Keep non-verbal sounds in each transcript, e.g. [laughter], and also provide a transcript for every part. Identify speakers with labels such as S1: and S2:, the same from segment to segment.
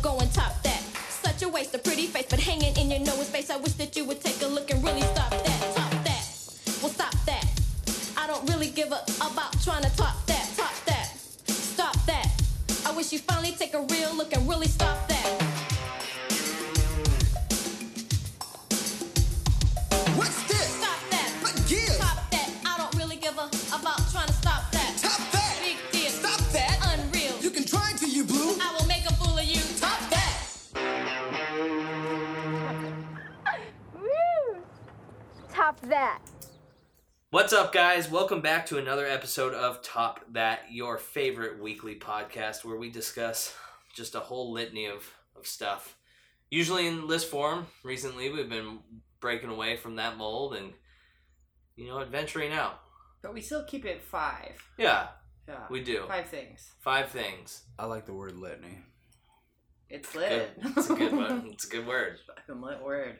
S1: go and top that. Such a waste of pretty face, but hanging in your nose space. I wish that you would take a look and really stop that. Top that. Well, stop that. I don't really give a about trying to top that. Top that. Stop that. I wish you finally take a real look and really stop that.
S2: What's this?
S1: Stop that.
S2: What gives?
S1: Top that. I don't really give a about trying to stop that.
S2: Top that.
S1: Big deal.
S2: Stop that.
S1: Unreal.
S2: You can try till you blue.
S1: I will make a fool of you.
S2: Top that.
S3: Top that.
S4: What's up, guys? Welcome back to another episode of Top That, your favorite weekly podcast where we discuss just a whole litany of, of stuff. Usually in list form. Recently, we've been breaking away from that mold and, you know, adventuring out.
S5: But we still keep it five.
S4: Yeah,
S5: Yeah.
S4: we do.
S5: Five things.
S4: Five things.
S2: I like the word litany.
S5: It's
S4: Good.
S5: lit.
S4: It's a good one. It's a good word.
S5: [laughs] Fucking lit word.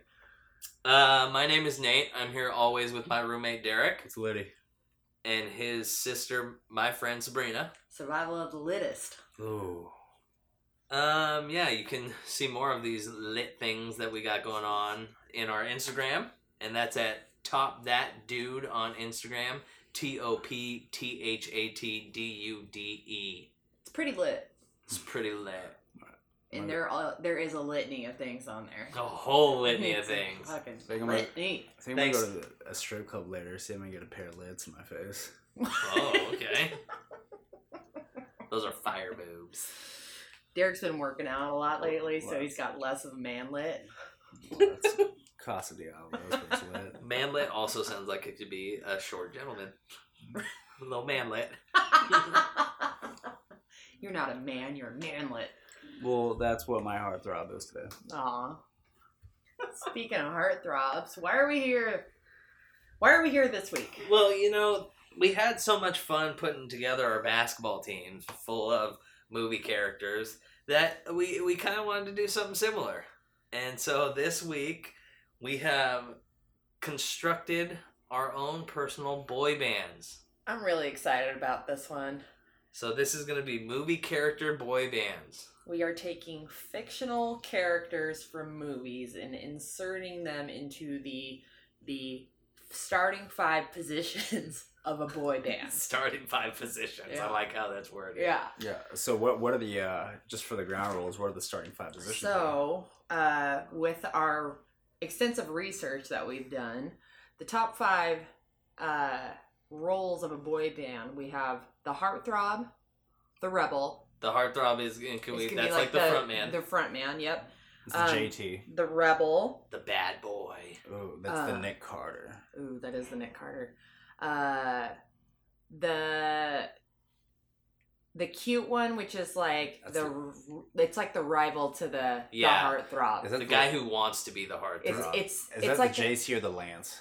S4: Uh, my name is Nate. I'm here always with my roommate Derek
S2: It's litty.
S4: and his sister, my friend Sabrina.
S5: Survival of the littest.
S2: Ooh.
S4: Um, yeah, you can [laughs] see more of these lit things that we got going on in our Instagram, and that's at Top That Dude on Instagram. T O P T H A T D U D E.
S5: It's pretty lit.
S4: It's pretty lit.
S5: And
S2: Might-
S5: there are, there is a litany of things on there.
S4: A whole [laughs] litany of
S5: It's a
S4: things.
S5: Fucking
S2: Think I'm gonna-
S5: litany.
S2: I think I'm gonna
S4: Thanks.
S2: go to the- a strip club later, see if I can get a pair of lids in my [laughs] face.
S4: Oh, okay. Those are fire boobs.
S5: Derek's been working out a lot lately, so he's got less of a man lit. [laughs]
S2: Well, that's Casa Diablo. That's what's lit.
S4: Manlet also sounds like it could be a short gentleman. A little manlet.
S5: you're not a man, you're a manlet.
S2: [laughs] Well, that's what my heartthrob is today.
S5: Aw. Speaking of heartthrobs, why are we here? Why are we here this week?
S4: Well, you know, we had so much fun putting together our basketball teams full of movie characters that we we kind of wanted to do something similar. And so this week we have constructed our own personal boy bands.
S5: I'm really excited about this one.
S4: So this is going to be movie character boy bands.
S5: We are taking fictional characters from movies and inserting them into the the starting five [laughs] positions of a boy
S4: [laughs]
S5: band.
S4: Starting five positions.
S5: Yeah.
S4: I like how that's worded.
S5: yeah.
S2: Yeah. So what? What are the uh, just for the ground rules? What are the starting five positions?
S5: So, uh, with our extensive research that we've done, the top five uh, roles of a boy band we have the heartthrob, the rebel.
S4: The heartthrob is and can we,
S5: It's gonna be
S4: that's like, the, front man.
S5: The front man. Yep.
S2: It's the
S5: um,
S2: JT.
S5: The rebel.
S4: the bad boy.
S2: Oh, that's the
S5: uh,
S2: Nick Carter.
S5: Ooh, that is the Nick Carter. Uh, the the cute one, which is like
S2: That's
S5: the r- it's like the rival to the
S4: Yeah.
S5: the heartthrob.
S2: Is that
S4: The guy who wants to be the heartthrob.
S5: it's it's
S2: Is
S5: it's
S2: that
S5: like
S2: the JC or the Lance?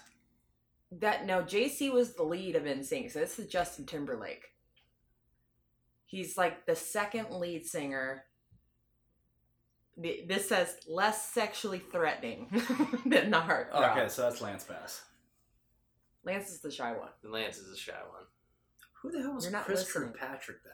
S5: that no JC was the lead of NSYNC, so this is Justin Timberlake. He's like the second lead singer. Th- This says less sexually threatening [laughs] than the heart.
S2: Oh, Okay, so that's Lance Bass.
S5: Lance is the shy one,
S4: Lance is a shy one.
S2: Who the hell
S5: was You're not Chris listening.
S2: Kirkpatrick then?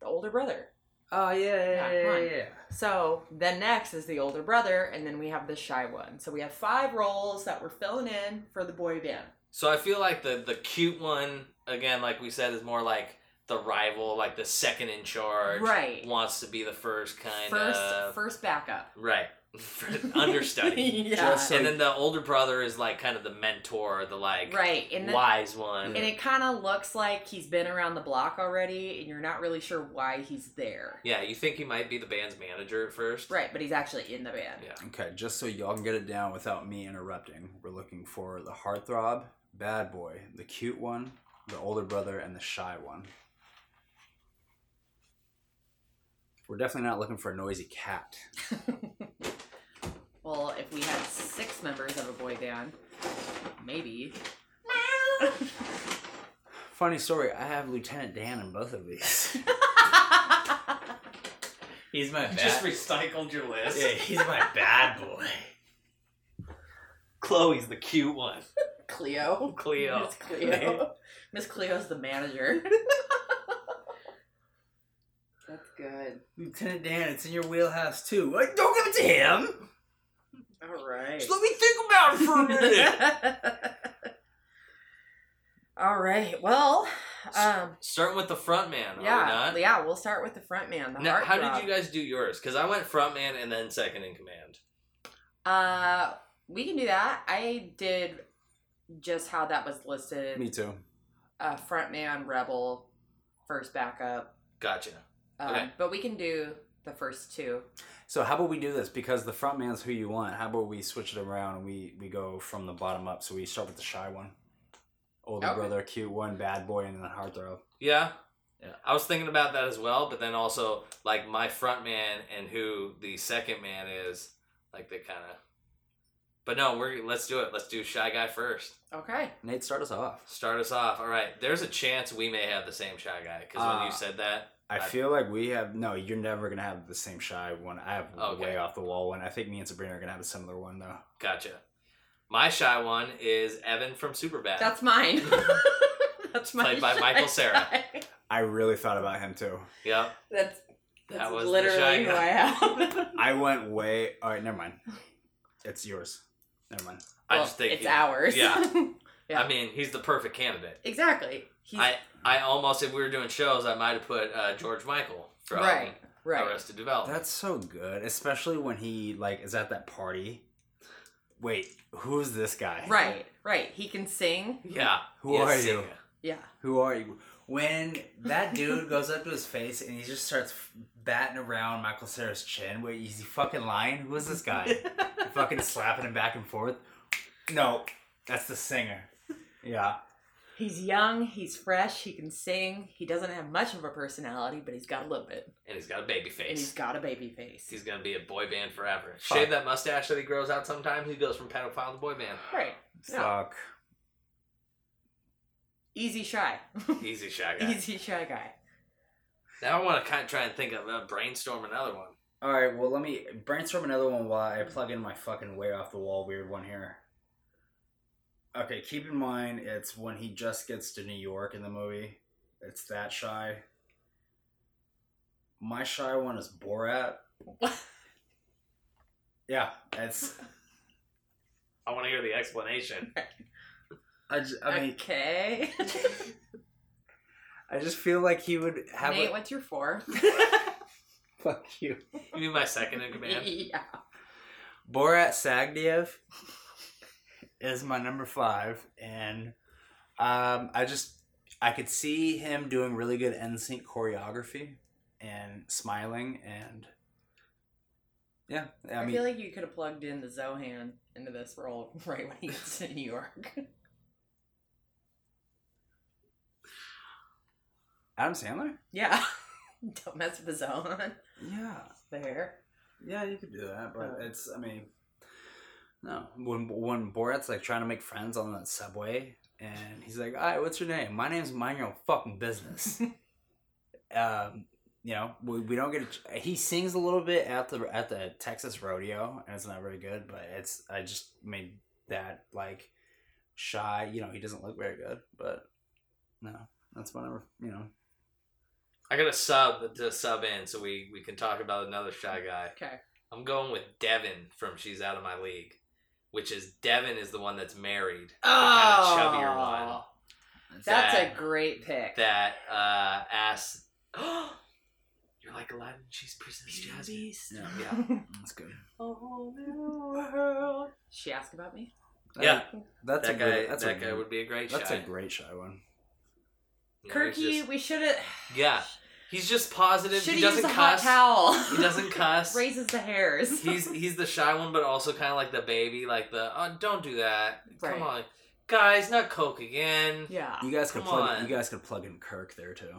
S5: the older brother.
S2: Oh yeah, yeah,
S5: Yeah,
S2: yeah,
S5: come
S2: yeah,
S5: on. So then next is the older brother, and then we have the shy one. So we have five roles that we're filling in for the boy band.
S4: So I feel like the the cute one again, like we said, is more like the rival, like the second in charge,
S5: Right.
S4: Wants to be the first kind
S5: first,
S4: of
S5: first backup.
S4: [laughs] right understudy,
S5: [laughs] yeah.
S2: Just-
S4: and then the older brother is like kind of the mentor, the like
S5: right. And then
S4: wise one.
S5: And it kind of looks like he's been around the block already, and you're not really sure why he's there.
S4: yeah, you think he might be the band's manager at first,
S5: Right, but he's actually in the band.
S4: Yeah.
S2: Okay, just so y'all can get it down without me interrupting, we're looking for the heartthrob, bad boy, the cute one, the older brother, and the shy one. We're definitely not looking for a noisy cat.
S5: Well, if we had six members of a boy band, [laughs] maybe.
S2: Funny story, I have Lieutenant Dan in both of these. [laughs] He's my
S4: recycled your list.
S2: he's my bad boy.
S4: Chloe's the cute one.
S5: Cleo.
S4: Cleo.
S5: Miss [laughs] Cleo. Miss Cleo's the manager. That's good.
S2: Lieutenant Dan, it's in your wheelhouse too. Like, don't give it to him.
S5: All right.
S2: Just [laughs] let me think about it for a minute.
S5: [laughs] All right. Well, um,
S4: [laughs] Starting with the front man, are we
S5: yeah,
S4: not?
S5: yeah. We'll start with the front man. The
S4: Now,
S5: heart
S4: how did you guys do yours? Because I went front man and then second in command.
S5: Uh, we can do that. I did just how that was listed.
S2: me too.
S5: Uh, front man, rebel, first backup.
S4: Gotcha.
S5: Um,
S4: Okay.
S5: But we can do the first two.
S2: So how about we do this? Because the front man's who you want. How about we switch it around and we we go from the bottom up? So we start with the shy one, older
S5: Okay.
S2: brother, cute one, bad boy, and then heartthrob.
S4: Yeah. Yeah. I was thinking about that as well, but then also like my front man and who the second man is, like they kind of. But no, we're let's do it. Let's do shy guy first.
S5: Okay.
S2: Nate, start us off.
S4: Start us off. All right. There's a chance we may have the same shy guy because when
S2: Uh,
S4: you said that,
S2: I
S4: I-
S2: feel like we have no. You're never gonna have the same shy one. I have
S4: Okay.
S2: way off the wall one. I think me and Sabrina are gonna have a similar one though.
S4: gotcha. My shy one is Evan from Superbad.
S5: That's
S4: [laughs]
S5: mine. That's my
S4: Played by
S5: shy
S4: Michael Cera.
S5: guy.
S2: I really thought about him too.
S4: yep.
S5: [laughs] That's
S4: That
S5: that's
S4: was the shy
S5: literally who
S4: guy.
S5: I have.
S2: I went way. All right, never mind. It's yours. Never mind.
S4: I
S5: Well,
S4: just think
S5: it's
S4: he-
S5: ours.
S4: Yeah.
S5: Yeah.
S4: I mean, he's the perfect candidate.
S5: exactly. He's,
S4: I I almost if we were doing shows, I might have put uh, George Michael from
S5: right. Right.
S4: Arrested Development.
S2: That's so good, especially when he like is at that party. Wait, who's this guy?
S5: Right. Right. He can sing.
S4: yeah.
S2: Who
S4: Yes,
S2: are you?
S4: singer.
S5: Yeah.
S2: Who are you? When that dude goes up to his face and he just starts batting around Michael Sarah's chin. Wait, is he fucking lying? Who is this guy? fucking slapping him back and forth. No, that's the singer. Yeah.
S5: He's young, he's fresh, he can sing, he doesn't have much of a personality, but he's got a little bit.
S4: And he's got a baby face.
S5: And he's got a baby face.
S4: He's gonna be a boy band forever.
S2: Fuck.
S4: Shave that mustache that he grows out sometimes. He goes from pedophile to boy band.
S5: right. Yeah.
S2: Fuck.
S5: Easy shy.
S4: Easy shy guy.
S5: Easy shy guy.
S4: Now I want to kind of try and think of uh, brainstorm another one.
S2: All right, well, let me brainstorm another one while I plug in my fucking way off the wall weird one here. Okay, keep in mind it's when he just gets to New York in the movie. It's that shy. My shy one is [laughs] Borat. yeah, it's.
S4: I want to hear the explanation.
S2: I, ju- I mean,
S5: okay.
S2: I just feel like he would have.
S5: Nate,
S2: a,
S5: what's your four?
S2: [laughs] fuck you.
S4: You mean my second in command?
S5: [laughs] yeah.
S2: Borat Sagdiev is my number five, and um, I just I could see him doing really good NSYNC choreography and smiling and yeah, I
S5: I,
S2: mean
S5: feel like you could have plugged in the Zohan into this role [laughs] right when he gets to New York.
S2: Adam Sandler.
S5: yeah. [laughs] Don't mess with the Zohan.
S2: Yeah,
S5: There.
S2: yeah, you could do that, but
S4: Uh,
S5: Yeah.
S2: it's I mean, no, when when Borat's like trying to make friends on the subway and he's like, "All right, what's your name? My name's Mind Your Own Fucking Business."
S4: [laughs]
S2: um, you know, we, we don't get. A, ch- he sings a little bit at the at the Texas rodeo, and it's not very good. But it's I just made that like shy. You know, he doesn't look very good, but no, that's whatever. You know,
S4: I got a sub to sub in so we, we can talk about another shy guy.
S5: Okay.
S4: I'm going with Devin from She's Out of My League, which is Devin is the one that's married. the kinda chubbier
S5: Oh.
S4: one.
S5: That's
S4: that-
S5: a great pick.
S4: that uh asks [gasps] You're like Aladdin, she's Princess Jasmine.
S2: yeah,
S4: Yeah.
S2: that's good.
S5: She asked about me.
S4: Yeah.
S2: that's
S4: That
S2: a
S4: guy
S2: good, that's
S4: that
S2: a,
S4: guy would be a great
S2: That's
S4: shy.
S2: a great shy one.
S4: You know, he's
S5: Kirky,
S4: just-
S5: we should have.
S4: Yeah. He's just positive.
S5: Should
S4: he
S5: have used
S4: doesn't
S5: a hot
S4: cuss.
S5: towel. [laughs]
S4: He doesn't cuss.
S5: Raises the hairs.
S4: he's he's the shy one but also kinda like the baby, like the oh don't do that.
S5: Right.
S4: Come on. Guys, not Coke again.
S5: [laughs] yeah.
S2: You guys could
S4: Come
S2: plug.
S4: on.
S2: You guys could plug in Kirk there too.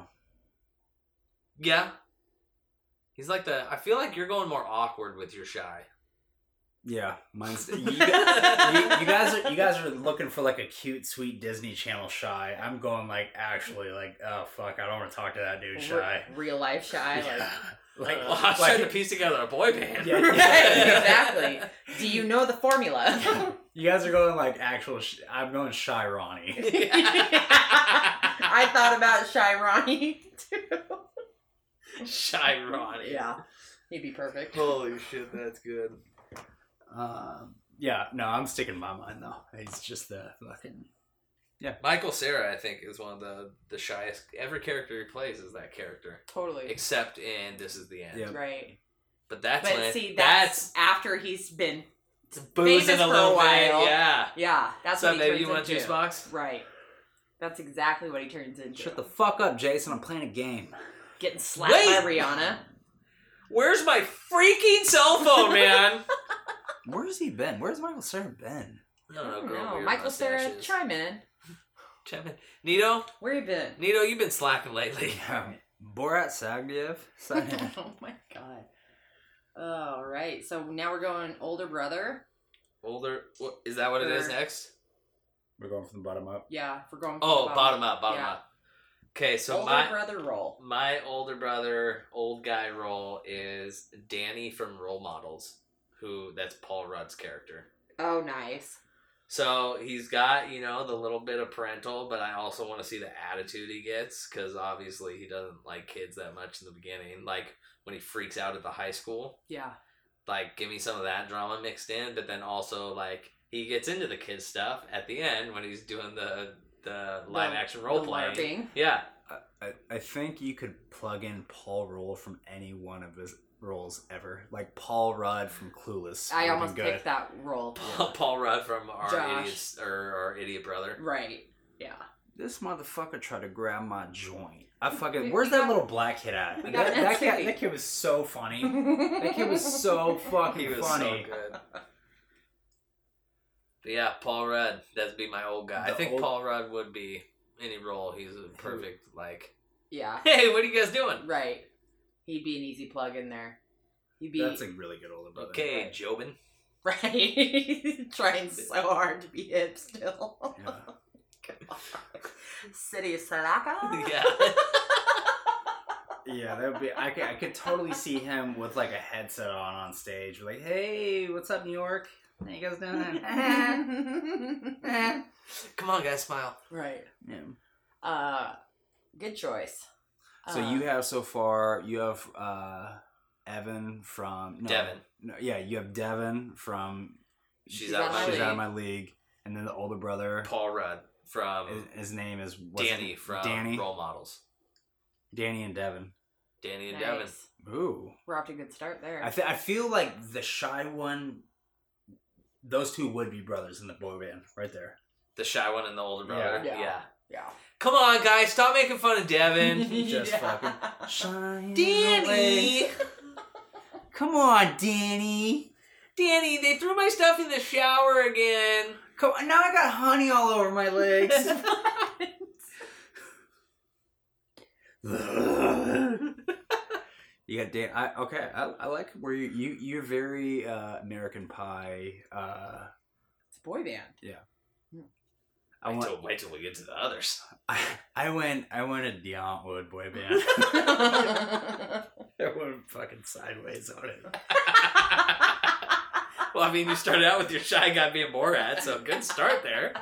S4: Yeah. He's like the I feel like you're going more awkward with your shy.
S2: Yeah,
S4: [laughs]
S2: mine's. You, gu- you, you guys are you guys are looking for like a cute, sweet Disney Channel shy. I'm going like actually like oh fuck, I don't want to talk to that dude shy.
S5: Re- real life shy.
S2: Yeah.
S4: Like, uh,
S2: Like,
S4: well, I was
S2: uh, like-
S4: trying to piece together a boy band. [laughs]
S5: [laughs]
S2: Yeah.
S5: Like, right, exactly. Do you know the formula? [laughs]
S2: you guys are going like actual. Sh- I'm going shy Ronnie.
S5: [laughs] I thought about shy Ronnie too.
S4: Shirani.
S5: Yeah, he'd be perfect.
S4: Holy shit, that's good.
S2: Um, yeah, no, I'm sticking to my mind though. He's just the fucking
S4: Michael Sarah, I think, is one of the the shyest. Every character he plays is that character,
S5: Totally.
S4: except in This Is the End.
S2: Yeah.
S5: Right.
S4: But that's
S5: but
S4: when
S5: see,
S4: that's,
S5: that's, after he's been.
S4: boozing
S5: famous
S4: a
S5: for a
S4: little
S5: while.
S4: bit. Yeah.
S5: Yeah, that's
S4: What's up,
S5: what
S4: baby?
S5: he turns
S4: You want
S5: into.
S4: juice box?
S5: Right. That's exactly what he turns into.
S2: shut the fuck up, Jason. I'm playing a game.
S5: Getting slapped by
S4: Wait!
S5: Rihanna.
S4: Where's my freaking
S5: [laughs]
S4: cell phone, man?
S2: Where's he been? Where's Michael Sarah been? [laughs]
S4: I don't know,
S5: I don't
S4: girl.
S5: know.
S4: weird
S5: Michael Sarah,
S4: mustaches.
S5: chime in.
S4: Chime in. Nito,
S5: Where you been?
S4: Nito, you've been slacking
S2: [laughs]
S4: lately.
S2: Yeah, Borat Sagdiev. Sag-
S5: [laughs] oh my god. All right, so now we're going older brother.
S4: Older. What, is that what it is
S5: Sure.
S4: next?
S2: We're going from the bottom up.
S5: Yeah, we're going.
S4: Oh, bottom up, bottom
S5: Yeah.
S4: up. Okay, so
S5: older
S4: my
S5: brother role.
S4: my older brother, old guy role is Danny from Role Models, who that's Paul Rudd's character.
S5: Oh, nice.
S4: So he's got, you know, the little bit of parental, but I also want to see the attitude he gets because obviously he doesn't like kids that much in the beginning. Like when he freaks out at the high school,
S5: Yeah.
S4: like give me some of that drama mixed in, but then also like he gets into the kids stuff at the end when he's doing the the live action role
S5: the
S4: playing.
S5: LARPing.
S4: Yeah,
S2: I, I think you could plug in Paul Roll from any one of his roles ever, like Paul Rudd from Clueless.
S5: I
S2: would've
S5: almost
S2: been good.
S5: picked that
S4: [laughs]
S5: role.
S4: Paul Rudd from our
S5: Josh.
S4: idiots or our idiot brother.
S5: Right.
S4: [laughs]
S5: Yeah.
S2: This motherfucker tried to grab my joint. I fucking.
S5: We-
S2: where's
S5: we
S2: that
S5: got-
S2: little black kid at?
S5: we
S2: That,
S5: got an
S2: that
S5: activity. [laughs]
S2: kid, that kid was so funny.
S5: that
S2: That kid was so fucking
S4: He was
S2: funny.
S4: so [laughs] good. But yeah, Paul Rudd. That'd be my old guy. I
S2: The
S4: think
S2: old-
S4: Paul Rudd would be any role. He's a perfect like.
S5: [laughs]
S4: [laughs]
S5: Yeah.
S4: Hey, what are you guys doing?
S5: Right. He'd be an easy plug in there. He'd be [laughs]
S2: That's a really good older brother.
S4: Okay, Jobin.
S5: right. [laughs] trying so hard to be hip still. [laughs]
S2: Yeah.
S5: City of Saraka.
S4: [laughs] yeah.
S2: Yeah, that would be. I could, I could totally see him with like a headset on on stage, like, "Hey, what's up, New York? How you guys doing?"
S5: right.
S4: Come on, guys, smile.
S2: yeah.
S5: Uh, good choice.
S2: So
S5: Uh,
S2: you have so far, you have uh, Evan from no,
S4: Devin.
S2: No, yeah, you have Devin from
S4: She's,
S5: She's
S4: out.
S5: out
S4: of
S5: my
S4: my
S2: She's
S4: league.
S2: out of my league, and then the older brother.
S4: Paul Rudd from
S2: his, his name is what's his
S4: Danny
S2: name?
S4: from
S2: Danny,
S4: Role Models.
S2: Danny and Devin.
S4: Danny and
S5: Nice.
S4: Devin.
S2: Ooh,
S5: We're off to a good start there.
S2: I th- I feel like the shy one. Those two would be brothers in the boy band, right there.
S4: [laughs] The shy one and the older brother.
S5: Yeah.
S4: Yeah.
S5: Yeah. yeah.
S4: Come on, guys, stop making fun of
S5: [laughs]
S4: Devin.
S2: Just
S5: Yeah.
S2: Shine away.
S4: Danny.
S2: Come on, Danny.
S4: Danny, they threw my stuff in the shower again.
S2: Come on. Now I got honey all over my legs.
S4: [laughs]
S2: [laughs] you got Dan. I, okay, I, I like where you, you you're very uh, American Pie. Uh,
S5: It's a
S4: [laughs]
S5: boy band.
S2: I went.
S4: wait till we get to the
S5: [laughs]
S4: others. [laughs]
S2: I, [laughs] I went. I went a Dion Wood boy band. I went fucking sideways on it.
S4: well, I mean, you started out with your shy guy being Borat, so good start there.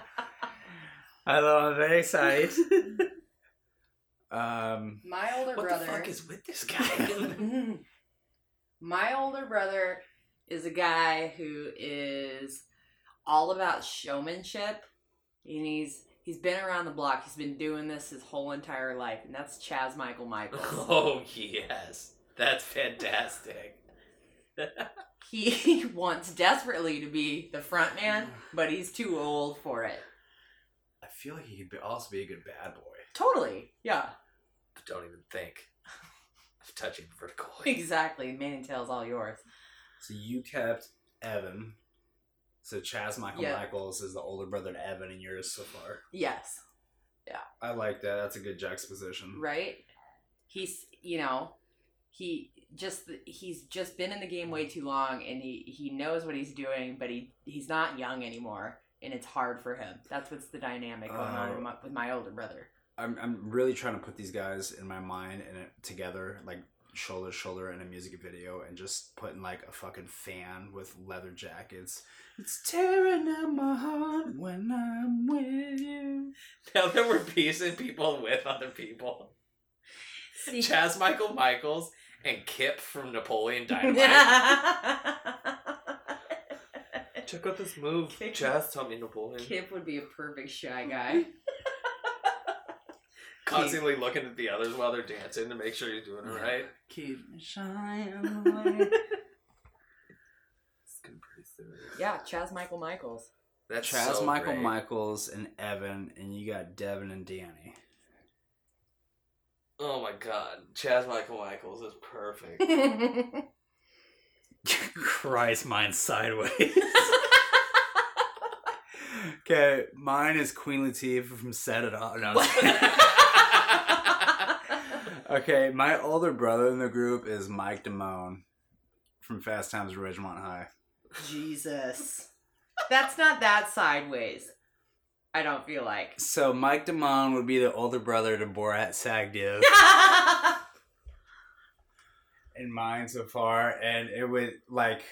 S2: Hello, I'm very excited. um,
S5: my older
S4: What
S5: [laughs] brother.
S4: the fuck is with this guy? [laughs]
S5: [laughs] my older brother is a guy who is all about showmanship, and he's he's been around the block. He's been doing this his whole entire life, and that's Chaz
S4: [laughs]
S5: Michael Michaels.
S4: oh yes, that's fantastic.
S5: he [laughs] wants desperately to be the front man, but he's too old for it.
S2: I feel like he'd be, also be a good bad boy.
S5: Totally. Yeah. [laughs]
S4: Don't even think of touching vertical. [laughs]
S5: Exactly. Man and tail's all yours.
S2: So you kept Evan. So Chaz Michael
S5: Yeah.
S2: Michaels is the older brother to Evan, and yours so far.
S5: Yes.
S2: I like that. That's a good juxtaposition.
S5: right? He's you know, he just he's just been in the game way too long, and he he knows what he's doing, but he he's not young anymore, and it's hard for him. That's what's the dynamic going on with my, with my older brother.
S2: I'm I'm really trying to put these guys in my mind and it, together, like shoulder to shoulder in a music video, and just putting like a fucking fan with leather jackets. It's tearing at my heart when I'm with you.
S4: Now that we're piecing people with other people,
S5: see.
S4: Chaz Michael Michaels and Kip from Napoleon
S5: [laughs]
S4: Dynamite. [laughs]
S5: Kip
S4: Check out this move.
S5: Kip.
S4: Chaz taught me Napoleon.
S5: would be a perfect shy guy.
S4: Constantly looking at the others while they're dancing to make sure you're doing it right.
S2: Keep
S4: [laughs]
S2: me shining away.
S5: Yeah, Chaz Michael [laughs] Michaels.
S4: That's
S2: Chaz
S4: so
S2: Michael
S4: great.
S2: Michaels and Evan, and you got Devin and Danny. [laughs]
S4: Oh my god, Chaz Michael Michaels is
S5: [laughs]
S4: perfect.
S5: That's
S2: Christ, mine sideways.
S4: [laughs]
S2: [laughs] okay, mine is Queen Latifah from Set It Off. No, okay, my older brother in the group is Mike Damone from Fast Times at Ridgemont High.
S5: [laughs] Jesus. That's not that sideways. I don't feel like.
S2: So Mike Damone would be the older brother to
S5: [laughs]
S2: Borat Sagdiv in mine so far, and it would like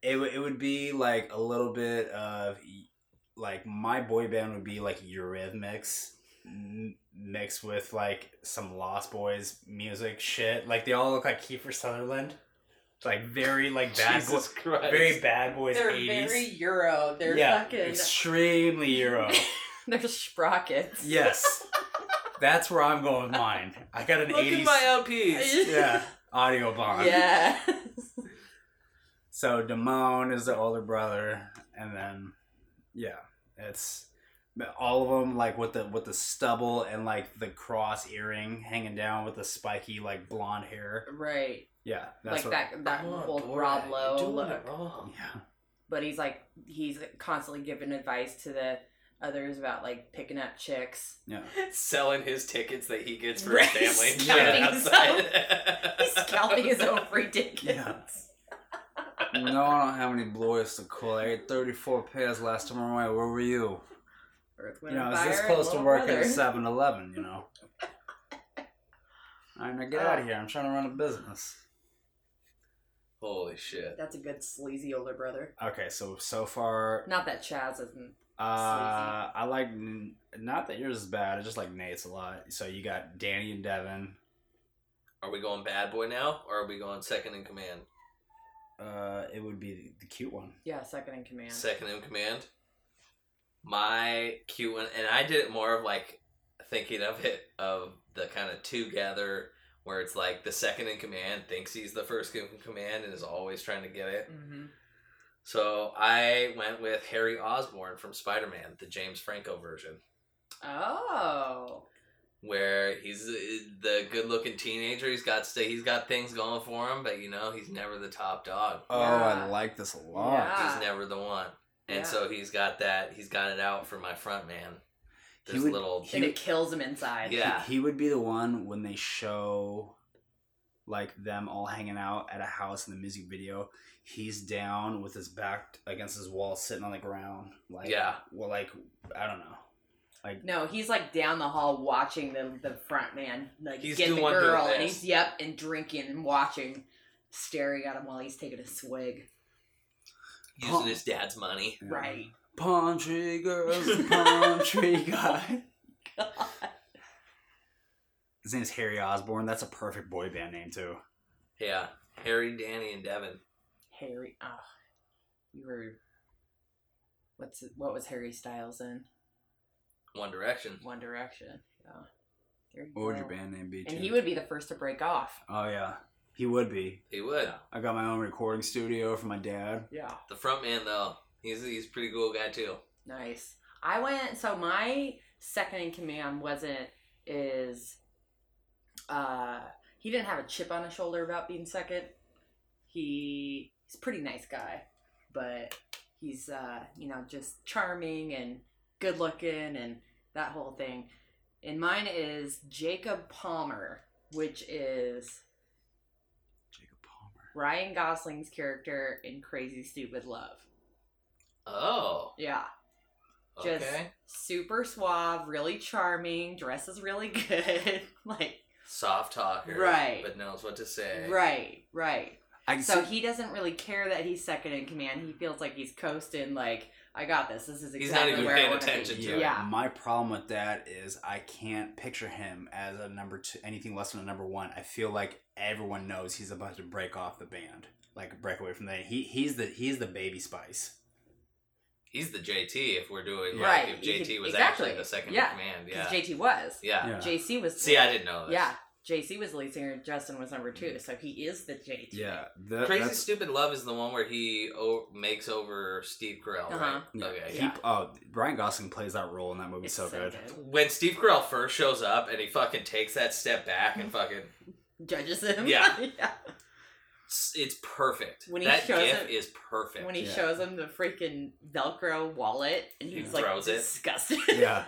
S2: it would it would be like a little bit of like my boy band would be like Eurythmics m- mixed with like some Lost Boys music shit. Like they all look like Kiefer Sutherland. It's like very like bad
S4: [laughs]
S2: boy,
S4: Jesus Christ.
S2: very bad boys eighties.
S5: Euro.
S2: yeah, extremely Euro.
S5: [laughs]
S4: [laughs]
S5: They're sprockets.
S2: yes, that's where I'm going with mine. I got an
S4: Look at
S2: eighties.
S4: my LPs. [laughs]
S2: Yeah, audio bomb.
S5: Yeah.
S2: [laughs] So Damone is the older brother, and then yeah, it's but all of them like with the with the stubble and like the cross earring hanging down with the spiky like blonde hair.
S5: right.
S2: Yeah, that's
S5: like that
S2: what,
S5: that
S4: Oh,
S5: whole
S4: boy,
S5: Rob
S4: you're
S5: Lowe
S4: doing
S5: look.
S4: it wrong.
S2: [laughs] Yeah,
S5: But he's like he's constantly giving advice to the others about like picking up
S2: [laughs]
S5: chicks.
S2: yeah.
S4: Selling his tickets that he gets for
S5: Right,
S4: his
S5: [laughs]
S4: family. and shit
S2: scalping
S5: his
S4: outside.
S5: He's scalping his own free tickets.
S2: Yeah. no, I don't have any boys to call. I ate thirty four pairs last time around. Where were you?
S5: Earth,
S2: You
S5: Wind,
S2: know,
S5: and
S2: it's this
S5: Fire,
S2: close to
S5: Little [laughs]
S2: working
S5: Brother.
S2: at 7-Eleven. You know. All right, now get out of here. I'm trying to run a business.
S4: [laughs] Holy shit.
S5: That's a good sleazy older brother.
S2: Okay, so so far
S5: Not that Chaz isn't.
S2: Uh, I like n- not that yours is bad. I just like Nate's a lot. So you got Danny and Devin.
S4: Are we going bad boy now, or are we going second in command?
S2: Uh, it would be the, the cute one.
S5: Yeah, second in command.
S4: Second in command. My cute one, and I did it more of like thinking of it of the kind of together where it's like the second in command thinks he's the first in command and is always trying to get it.
S5: Mm-hmm.
S4: So I went with Harry Osborn from Spider Man, the James Franco version,
S5: Oh.
S4: where he's uh, the good looking teenager. He's got st- he's got things going for him, but you know he's never the top dog.
S2: Oh,
S5: Yeah.
S2: I like this a lot.
S5: Yeah.
S4: He's never the one, and
S5: Ah. Yeah.
S4: so he's got that. He's got it out for my front man.
S2: He
S4: This
S2: would-
S4: little
S2: he-
S5: And it kills him inside.
S2: He-
S4: Yeah.
S2: he, would be the one when they show like them all hanging out at a house in the music video. He's down with his back against his wall, sitting on the ground. Like
S4: Yeah.
S2: well, like I don't know.
S5: No, he's like down the hall watching the the front man like
S4: He's
S5: get
S4: the
S5: the
S4: one doing
S5: girl, and
S4: this.
S5: he's yep, and drinking and watching, staring at him while he's taking a swig.
S4: using his dad's money.
S2: Yeah.
S5: Right.
S2: Palm tree girls,
S5: [laughs]
S2: and palm tree guy. His name's Harry Osborne. That's a perfect boy band name too.
S4: Yeah, Harry, Danny, and Devin.
S5: Harry, ah, you were. What's what was Harry Styles in
S4: One Direction.
S5: One Direction? Yeah. There you
S2: What would your
S5: go.
S2: band name be?
S5: And
S2: too?
S5: he would be the first to break off.
S2: Oh yeah, he would be.
S4: He would.
S2: I got my own recording studio for my dad.
S5: Yeah.
S4: The front man though, he's he's a pretty cool guy too.
S5: Nice. I went so my second in command wasn't is uh he didn't have a chip on his shoulder about being second. He he's a pretty nice guy, but he's uh, you know, just charming and good looking and that whole thing. And mine is Jacob Palmer, which is
S2: Jacob Palmer.
S5: Ryan Gosling's character in Crazy Stupid Love.
S4: Oh,
S5: Yeah.
S4: okay.
S5: Just super suave, really charming, dresses really [laughs] good. like
S4: Soft talker,
S5: Right.
S4: But knows what to say,
S5: right, right.
S2: I can
S5: So
S2: see,
S5: he doesn't really care that he's second in command. He feels like he's coasting. Like I got this. This is exactly
S4: He's not even
S5: where I
S4: paying
S5: wanna be."
S4: attention to
S5: yeah.
S4: it.
S2: My problem with that is I can't picture him as a number two, anything less than a number one. I feel like everyone knows he's about to break off the band, like break away from that. He he's the he's the baby spice.
S4: He's the JT if we're doing like
S5: Right,
S4: if
S5: you
S4: JT
S5: could-
S4: was
S5: exactly.
S4: actually the second
S5: Yeah,
S4: in command. Yeah.
S5: Because JT was.
S4: yeah.
S2: Yeah.
S5: JC was.
S4: See, I didn't know this. Mm.
S5: Yeah. JC was the lead singer. Justin was number two. So he is the JT.
S2: Yeah, that,
S4: Crazy
S2: that's-
S4: Stupid Love is the one where he o- makes over Steve Carell,
S5: Uh-huh.
S4: right?
S2: Yeah,
S4: Okay.
S2: he,
S5: yeah.
S2: Oh, Brian Gosling plays that role in that movie
S5: It's
S2: so, good.
S4: When Steve Carell first shows up and he fucking takes that step back and fucking,
S5: Judges him.
S4: Yeah.
S5: [laughs] yeah.
S4: it's, it's perfect.
S5: When he
S4: that
S5: shows
S4: gif
S5: up-
S4: is perfect.
S5: When he
S2: Yeah.
S5: shows him the freaking Velcro wallet, and he's
S4: He
S5: like
S4: throws it.
S5: disgusted.
S2: [laughs] Yeah.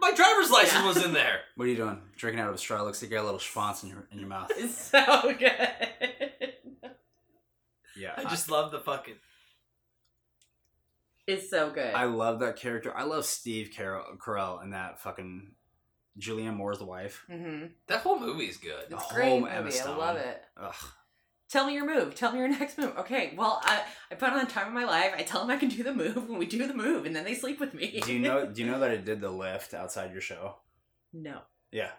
S4: My driver's license
S5: Yeah.
S4: was in there.
S2: What are you doing? Drinking out of a straw. Looks like you got a little schwanz in your in your mouth.
S5: [laughs] [laughs] it's so good.
S2: Yeah.
S4: I just love the fucking.
S5: It's so good.
S2: I love that character. I love Steve Carell, Carell and that fucking Julianne Moore's wife.
S5: mm-hmm.
S4: That whole movie's good.
S5: It's
S2: The
S5: great
S2: whole
S5: movie.
S2: Emma
S5: I
S2: Stone.
S5: love it.
S2: Ugh.
S5: Tell me your move. Tell me your [laughs] next move. Okay. Well, I I put on time of my life. I tell them I can do the move when we do the move, and then they sleep with [laughs] me.
S2: Do you know? Do you know that I did the lift outside your show?
S5: No.
S2: Yeah.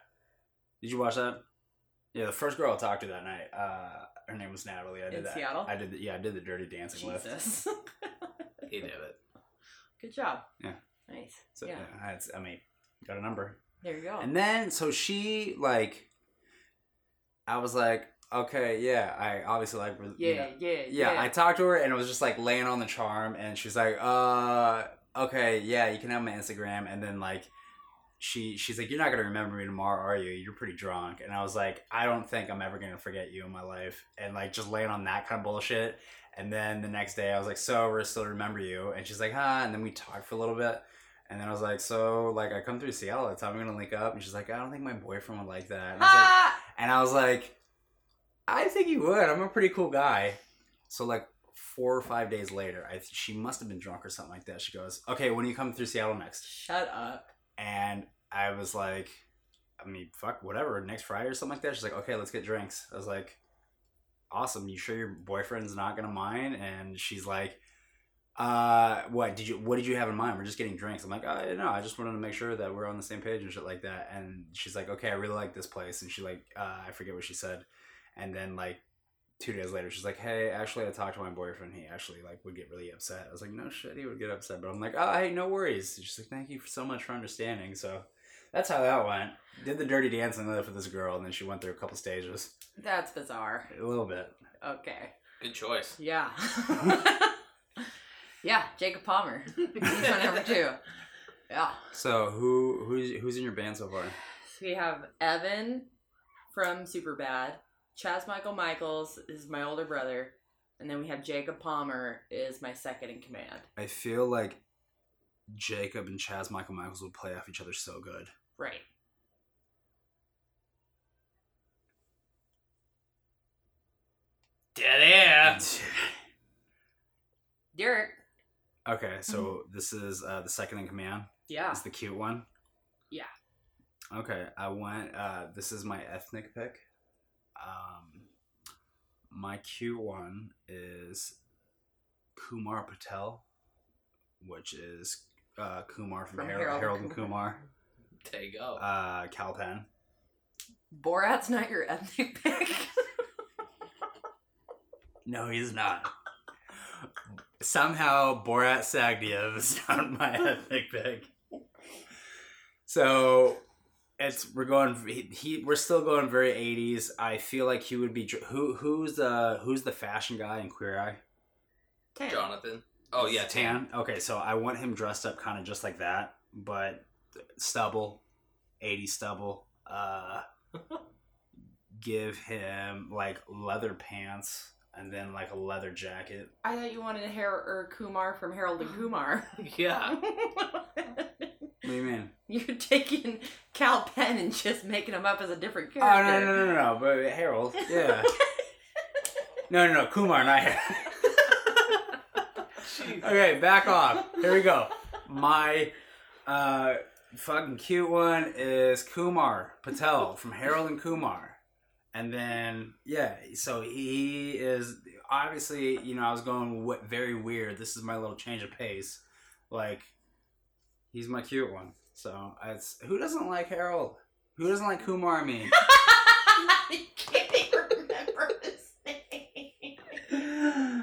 S2: Did you watch that? Yeah, the first girl I talked to that night, uh, her name was Natalie. I did
S5: In
S2: that.
S5: Seattle?
S2: I did. The, yeah, I did the Dirty Dancing lift.
S5: Jesus. [laughs]
S4: He did it.
S5: good job.
S2: Yeah.
S5: Nice.
S2: So
S5: yeah.
S2: yeah, that's, I mean, got a number.
S5: There you go.
S2: And then, so she like, I was like, okay, yeah, I obviously like, you know,
S5: yeah, yeah.
S2: yeah, I talked to her and it was just like laying on the charm, and she's like, "Uh, okay, yeah, you can have my Instagram." And then like, she she's like, "You're not gonna remember me tomorrow, are you? You're pretty drunk." And I was like, "I don't think I'm ever gonna forget you in my life." And like, just laying on that kind of bullshit. And then the next day, I was like, "So we're still remember you?" And she's like, "Huh?" And then we talked for a little bit. And then I was like, so like I come through Seattle, that's how I'm gonna link up. And she's like, I don't think my boyfriend would like that. And I was like,
S5: Ah!
S2: and I was like, I think you would. I'm a pretty cool guy. So like four or five days later, I she must have been drunk or something like that. She goes, "Okay, when are you coming through Seattle next?"
S5: Shut up.
S2: And I was like, "I mean, fuck, whatever. Next Friday or something like that." She's like, "Okay, let's get drinks." I was like, "Awesome. You sure your boyfriend's not gonna mind?" And she's like. Uh, what did you? What did you have in mind? We're just getting drinks. I'm like, oh, no, I just wanted to make sure that we're on the same page and shit like that. And she's like, okay, I really like this place. And she like, uh, I forget what she said. And then like two days later, she's like, hey, actually, I talked to my boyfriend. He actually like would get really upset. I was like, no shit, he would get upset. But I'm like, oh, hey, no worries. And she's like, thank you so much for understanding. So that's how that went. Did the dirty dance and left with this girl, and then she went through a couple stages,
S5: That's bizarre.
S2: a little bit.
S5: Okay.
S4: Good choice.
S2: [laughs]
S5: Yeah. [laughs] yeah. Jacob Palmer. [laughs] He's my number two. Yeah.
S2: So who who's who's in your band so far?
S5: So we have Evan from Superbad. Chaz Michael Michaels is my older brother. And then we have Jacob Palmer is my second in command.
S2: I feel like Jacob and Chaz Michael Michaels would play off each other so good.
S5: Right.
S4: Dead air.
S2: [laughs]
S5: Derek.
S2: okay, so this is uh, the second in command.
S5: Yeah.
S2: Is the cute one?
S5: Yeah.
S2: Okay, I went. Uh, this is my ethnic pick. Um, my cute one is Kumar Patel, which is uh, Kumar from,
S5: From
S2: Harold,
S5: Harold
S2: Harold,
S5: and
S2: and
S5: Kumar.
S2: Kumar.
S4: There you go.
S2: Uh, Calpen.
S5: Borat's not your ethnic [laughs] pick.
S2: No, he's not. Somehow Borat Sagdiev is [laughs] not my ethnic pick. So it's we're going he, he we're still going very 80s. I feel like he would be dr- who who's the who's the fashion guy in Queer Eye?
S5: Tan.
S4: Jonathan. Oh yeah, Tan.
S2: Tan. Okay, so I want him dressed up kind of just like that, but stubble, 80 stubble.
S4: [laughs]
S2: Uh, give him like leather pants and then like a leather jacket.
S5: I thought you wanted Har- or Kumar from Harold and Kumar. [laughs]
S4: Yeah.
S2: What do you mean?
S5: You're taking Cal Penn and just making him up as a different character.
S2: Oh no no no no no! But Harold, yeah. no no no, Kumar, not Harold. okay, back off. Here we go. My uh, fucking cute one is Kumar Patel from Harold and Kumar, And then yeah, so he is obviously you know I was going w- very weird. This is my little change of pace. Like he's my cute one. So it's who doesn't like Harold? Who doesn't like Kumar? Me?
S5: [laughs] I can't even remember his name.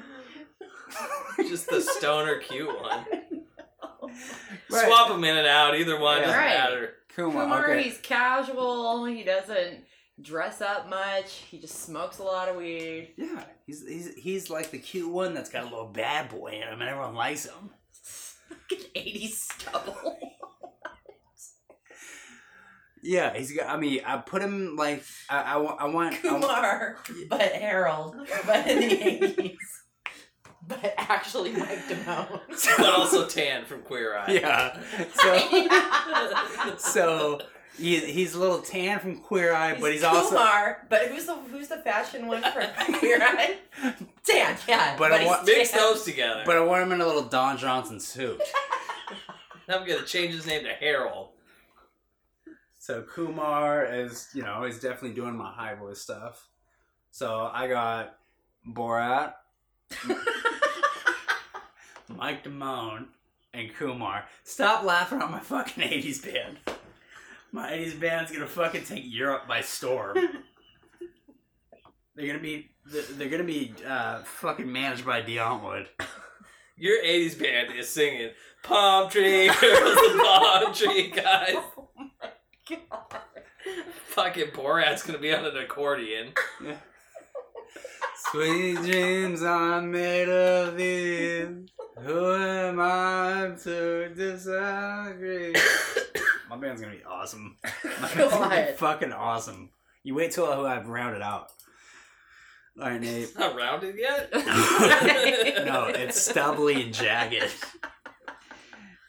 S4: Just the stoner cute one.
S5: [laughs]
S2: Right.
S4: Swap them in and out. Either one doesn't
S5: Right.
S4: matter.
S2: Kumar.
S5: Kumar,
S2: okay.
S5: he's casual. He doesn't dress up much. He just smokes a lot of weed.
S2: Yeah, he's, he's he's like the cute one that's got a little bad boy in him, and everyone likes him.
S5: Fucking
S6: [laughs]
S5: 80s stubble.
S2: Yeah, he's got. I mean, I put him like I I, wa- I want. I [laughs] want-
S6: Kumar, but Harold, but in the eighties, but actually [laughs] Mike Demone.
S4: But also Tan from Queer Eye.
S2: [laughs] yeah. So so he, he's a little tan from Queer Eye, but he's also.
S6: Kumar, but who's the who's the fashion one
S5: [laughs]
S6: for Queer Eye? Dan, yeah.
S2: But I
S6: he's
S2: want-
S4: Mix
S6: Dan.
S4: those together.
S2: But I want him in a little Don Johnson suit.
S4: Now I'm gonna change his name to Harold.
S2: So Kumar is, you know, he's definitely doing my high voice stuff. So I got Borat, Mike Damone, and Kumar. Stop laughing at my fucking 80s band. My 80s band's gonna fucking take Europe by storm. they're gonna be they're they're gonna be uh, fucking managed by Dion Wood.
S4: Your '80s band is singing "Palm Tree Girls," the
S5: [laughs]
S4: palm tree guys.
S5: Oh
S4: Fucking Borat's gonna be on an accordion.
S2: Sweet dreams are made of these. Who am I to disagree? My band's gonna be awesome. My band's gonna be
S5: God.
S2: fucking awesome. You wait till I have rounded out. All right, Nate.
S4: [laughs] Not rounded
S5: [laughs]
S4: yet. [laughs]
S2: No, it's stubbly and jagged.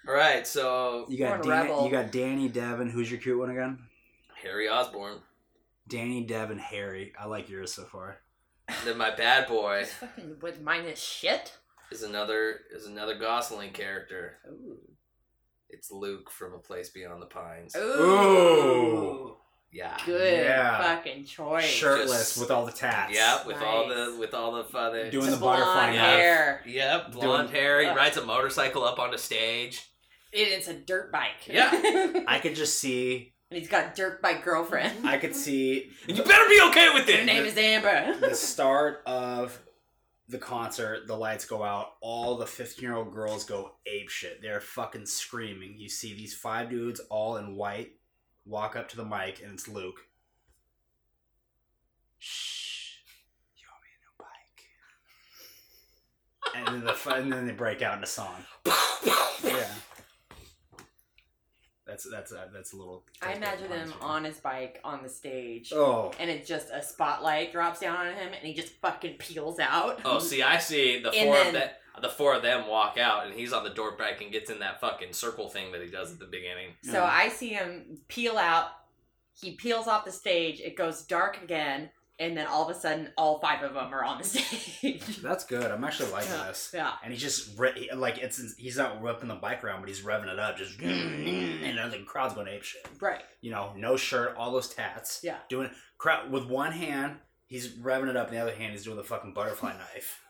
S4: All right, so
S2: You got
S5: Born rebel.
S2: Dan- you got Danny Devon. Who's your cute one again?
S4: Harry Osborne,
S2: Danny Devon Harry. I like yours so far.
S4: then my bad boy
S5: Fucking with minus shit.
S4: is another is another Gosling character. It's Luke from A Place Beyond the Pines.
S2: Ooh.
S4: Yeah.
S5: Oh, Good
S2: Yeah.
S5: fucking choice.
S2: Shirtless
S4: Just-
S2: with all the tats.
S4: Yep, with all
S5: Nice.
S4: the with all the father.
S2: Doing
S5: Just
S2: the butterfly
S5: blonde
S4: knife.
S5: hair.
S4: Yep,
S2: Doing-
S4: blonde hair. He
S5: Ugh.
S4: rides a motorcycle up onto stage.
S5: It, it's a dirt bike.
S4: Yeah.
S5: [laughs] and
S2: I could just see.
S5: he's got a dirt bike girlfriend.
S2: I could see
S4: And you better be okay with
S5: [laughs] Her name
S4: it.
S5: is Amber.
S2: the start of the concert, the lights go out, all the 15 year old girls go ape shit. They're fucking screaming. You see these five dudes all in white walk up to the mic, and it's Luke. Shh, you owe me a new bike. and then the fu- and then they break out into song. Yeah, that's that's uh, that's a little.
S5: [laughs] I
S2: that's
S5: imagine him
S2: concert.
S5: on his bike on the stage.
S2: Oh,
S5: And it's just a spotlight drops down on him and he just fucking peels out.
S4: Oh, see, I see the
S5: And
S4: four of
S5: then-
S4: that. The four of them walk out, and he's on the door back and gets in that fucking circle thing that he does at the beginning.
S5: [laughs] So I see him peel out. He peels off the stage. It goes dark again, and then all of a sudden, all five of them are on the [laughs] stage.
S2: that's good. I'm actually liking this.
S5: yeah.
S2: and he's just re- he- like it's he's not whipping the bike around, but he's revving it up, just [clears throat] and then the crowd's going ape shit.
S5: Right.
S2: You know, no shirt, all those tats.
S5: Yeah.
S2: doing crowd with one hand, he's revving it up, and the other hand he's doing the fucking butterfly [laughs] knife.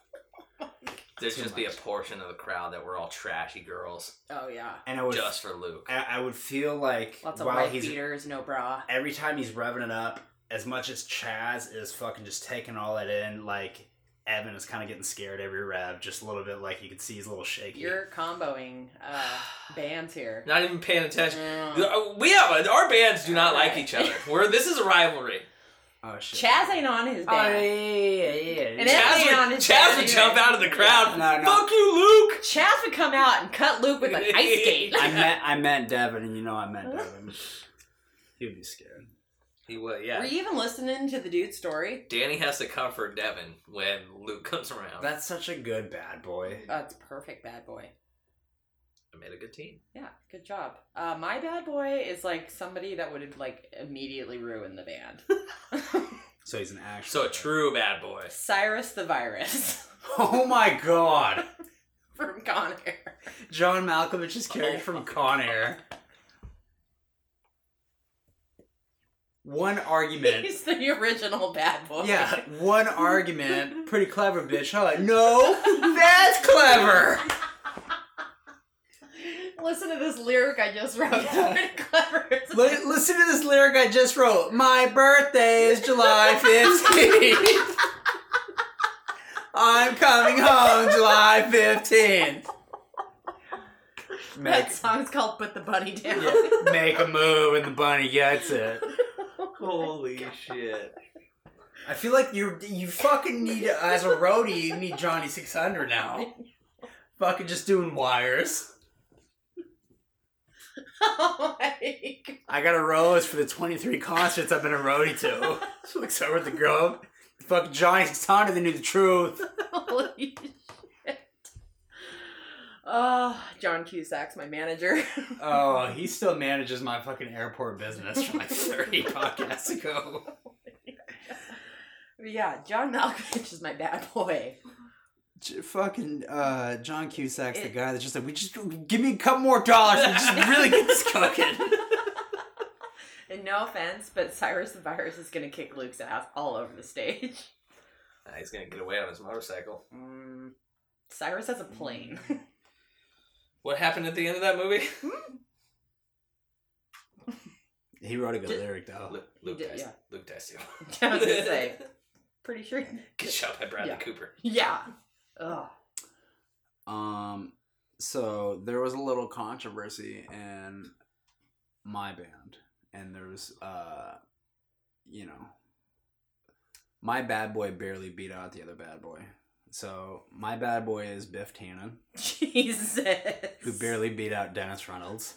S4: There's
S2: Too
S4: just be a
S2: much.
S4: portion of the crowd that were all trashy girls
S5: Oh yeah.
S2: And I would,
S4: just for Luke.
S2: I, I would feel like
S5: Lots of
S2: while
S5: white
S2: he's
S5: beaters, no bra.
S2: every time he's revving it up, as much as Chaz is fucking just taking all that in, like Evan is kind of getting scared every rev, just a little bit. Like you can see he's a little shaky.
S5: You're comboing uh, [sighs] bands here.
S4: Not even paying attention.
S5: Mm.
S4: Uh, We have a, our bands do not like
S5: Right.
S4: each other. We're this is a
S5: [laughs]
S4: rivalry.
S2: oh shit!
S5: Chaz ain't on his
S2: Oh, yeah,
S5: band.
S2: yeah, yeah, yeah.
S5: And
S4: Chaz
S5: Anthony
S4: would,
S5: on his
S4: Chaz
S5: band
S4: would
S5: anyway.
S4: jump out of the crowd.
S2: No, no.
S4: Fuck you, Luke.
S5: Chaz would come out and cut Luke with an ice skate.
S2: I meant I meant Devin, and you know I meant Devin. [laughs] He would be scared.
S4: He would,
S5: Were
S4: yeah.
S5: you even listening to the dude's story?
S4: Danny has to comfort Devin when Luke comes around.
S2: That's such a good bad boy.
S5: That's Uh, perfect, bad boy.
S4: I made a good team.
S5: Yeah, good job. Uh, my bad boy is like somebody that would like immediately ruin the band.
S2: So he's an actual.
S4: So a true bad boy.
S5: [laughs] Cyrus the Virus
S2: [laughs]
S5: [laughs]
S2: Oh my God!
S5: from Con Air.
S2: John Malkovich's character from Con Air. one
S4: [laughs]
S2: argument.
S5: He's the original bad boy.
S2: Yeah, one argument. Pretty clever, bitch. Huh? No, that's clever.
S5: [laughs] Listen to this lyric I just wrote. [laughs]
S2: Yeah.
S5: Pretty clever.
S2: Li- listen to this lyric I just wrote. My birthday is July 15th. I'm coming home July 15th. Make,
S5: that song's called "Put the Bunny Down." [laughs]
S2: make a move and the bunny gets it.
S4: Holy shit.
S2: I feel like you you fucking need as a roadie you need Johnny Six Hundred now. Fucking just doing wires.
S5: oh my God.
S2: I got a rose for the twenty three concerts I've been a roadie to. [laughs] She looks over at the girl. Fuck Johnny Six Hundred. They knew the truth.
S5: Holy [laughs] shit. Oh, John Cusack's my manager. [laughs]
S2: Oh, he still manages my fucking airport business from like [laughs] thirty podcasts ago.
S5: But yeah, John [laughs] Malkovich is my bad boy. [laughs]
S2: J- fucking uh, John Cusack's the
S5: It-
S2: guy that's just like, we just give me a couple more dollars and just really get this [laughs] cooking.
S5: And no offense, but Cyrus the Virus is gonna kick Luke's ass all over the stage. [laughs]
S4: Nah, he's gonna get away on his motorcycle.
S5: Cyrus has a plane.
S4: What happened at the end of that movie?
S5: Hmm?
S4: [laughs]
S2: He wrote a good lyric though.
S4: Oh, Luke, Luke,
S5: did,
S4: Test-
S5: yeah.
S4: Luke Testio.
S5: [laughs] [laughs] I was
S4: [laughs]
S5: gonna say, pretty sure.
S4: Get shot by Bradley
S5: Yeah.
S4: Cooper.
S5: Yeah. Ugh. [laughs]
S2: Um, so there was a little controversy in my band, and there was, uh, you know, my bad boy barely beat out the other bad boy. So my bad boy is Biff Tannen,
S5: Jesus.
S2: who barely beat out Dennis Reynolds.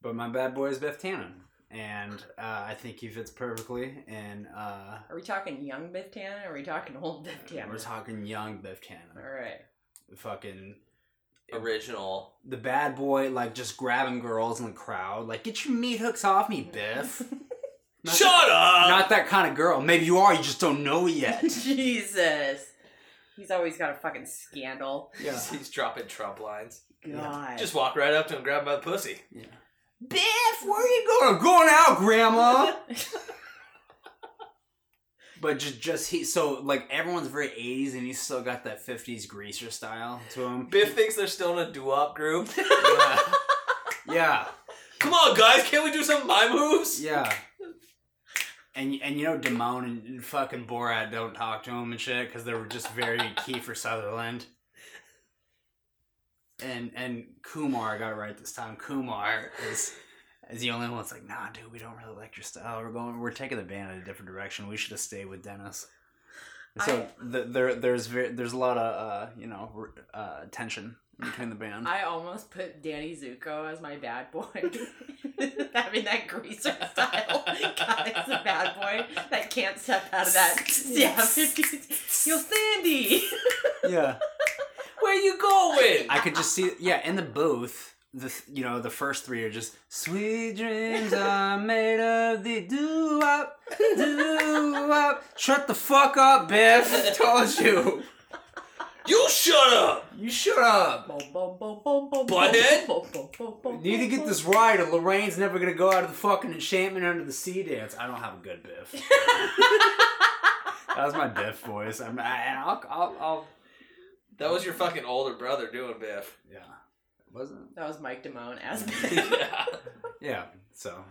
S2: But my bad boy is Biff Tannen, and uh, I think he fits perfectly. And uh,
S5: Are we talking young Biff Tannen? Or are we talking old Biff Tannen?
S2: we're talking young Biff Tannen,
S5: All right. [laughs]
S2: fucking
S4: Original.
S2: the bad boy like just grabbing girls in the crowd, like get your meat hooks off me, [laughs] Biff. Not
S4: Shut
S2: that,
S4: up!
S2: Not that kind of girl. Maybe you are. You just don't know it yet. [laughs]
S5: Jesus. He's always got a fucking scandal.
S2: yeah.
S4: [laughs] He's dropping Trump lines.
S5: God.
S4: Just walk right up to him, grab him by the pussy.
S2: yeah.
S5: Biff.
S2: Where are you going? Going out, Grandma. [laughs] But just, just he. So like everyone's very '80s, and he's still got that '50s greaser style to [laughs] him.
S5: [laughs]
S4: Biff thinks they're still in a doo-wop group. [laughs]
S2: Yeah. yeah.
S4: Come on, guys, can't we do some of my moves?
S2: Yeah. And, and you know Damone and, and fucking Borat don't talk to him and shit because they were just very key for Sutherland. And and Kumar got it right this time. Kumar is is the only one that's like, nah, dude, we don't really like your style. We're going, we're taking the band in a different direction. We should have stayed with Dennis. And So th- there there's very, there's a lot of uh, you know r- uh, tension between the band.
S5: I almost put Danny Zuko as my bad boy. [laughs] Having that greaser
S2: [laughs]
S5: style guy is a bad boy that can't step out of
S2: [laughs]
S5: that. [laughs] Yeah, yo, Sandy, [laughs]
S2: yeah.
S5: where you going?
S2: I could just see, yeah, in the booth, the th- you know the first three are just sweet dreams are made of the do up, do up. Shut the fuck up, Biff. Told you.
S4: You shut up!
S2: You shut up.
S5: Boom, boom, boom, boom, boom,
S4: Butthead?
S5: boom, boom, boom, boom,
S2: Need to get
S5: boom,
S2: this right, or Lorraine's never gonna go out of the fucking enchantment under the sea dance. I don't have a good Biff. that was my Biff voice. I'm, I, I'll, I'll, I'll,
S4: That was your fucking older brother doing
S5: [laughs]
S4: Biff. [laughs]
S2: yeah. Wasn't.
S5: boom. That was Mike Damone
S2: [laughs]
S5: as.
S4: yeah.
S2: Yeah. So,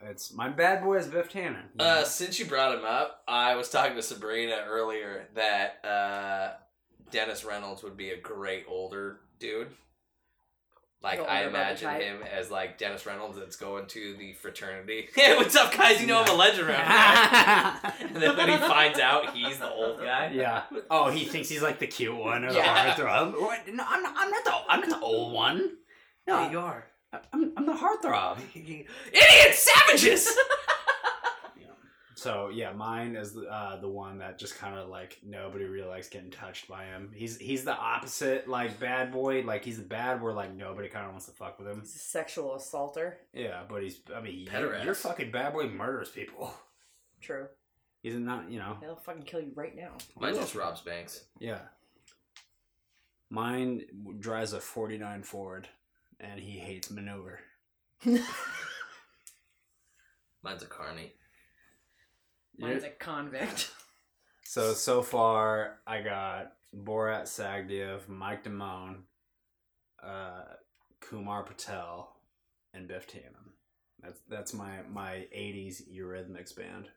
S2: it's my bad boy is Biff Tannen.
S4: Uh,
S2: [laughs]
S4: since you brought him up, I was talking to Sabrina earlier that uh, Dennis Reynolds would be a great older dude. Like
S5: The older
S4: I
S5: brother
S4: imagine
S5: type.
S4: him as like Dennis Reynolds that's going to the fraternity. [laughs] Hey, what's up, guys? You know I'm a legend around here.
S5: [laughs]
S2: yeah.
S4: and then when he finds out he's the old guy, [laughs]
S2: Yeah. Oh, he thinks he's like the cute one or
S4: Yeah.
S2: the heartthrob. What? No, I'm not, I'm not the I'm not the old one.
S4: Yeah,
S2: No,
S4: you are.
S2: I'm, I'm the heartthrob.
S4: [laughs] Idiot
S2: [laughs]
S4: savages!
S2: So yeah, mine is the, uh, the one that just kind of like nobody really likes getting touched by him. He's he's the opposite like bad boy. Like he's the bad where like nobody kind of wants to fuck with him.
S5: He's a sexual assaulter.
S2: Yeah, but he's I mean your,
S4: Pederast.
S2: your fucking bad boy murders people.
S5: True.
S2: He's not you know
S5: They'll fucking kill you right now.
S4: Mine just robs banks.
S2: Yeah. Mine w- drives a 49 Ford and he hates maneuver.
S4: Mine's a carny.
S5: Mine's a
S2: [laughs]
S5: convict.
S2: So so far, I got Borat Sagdiyev, Mike Damone, uh, Kumar Patel, and Biff Tannen. That's that's my my '80s Eurythmics band.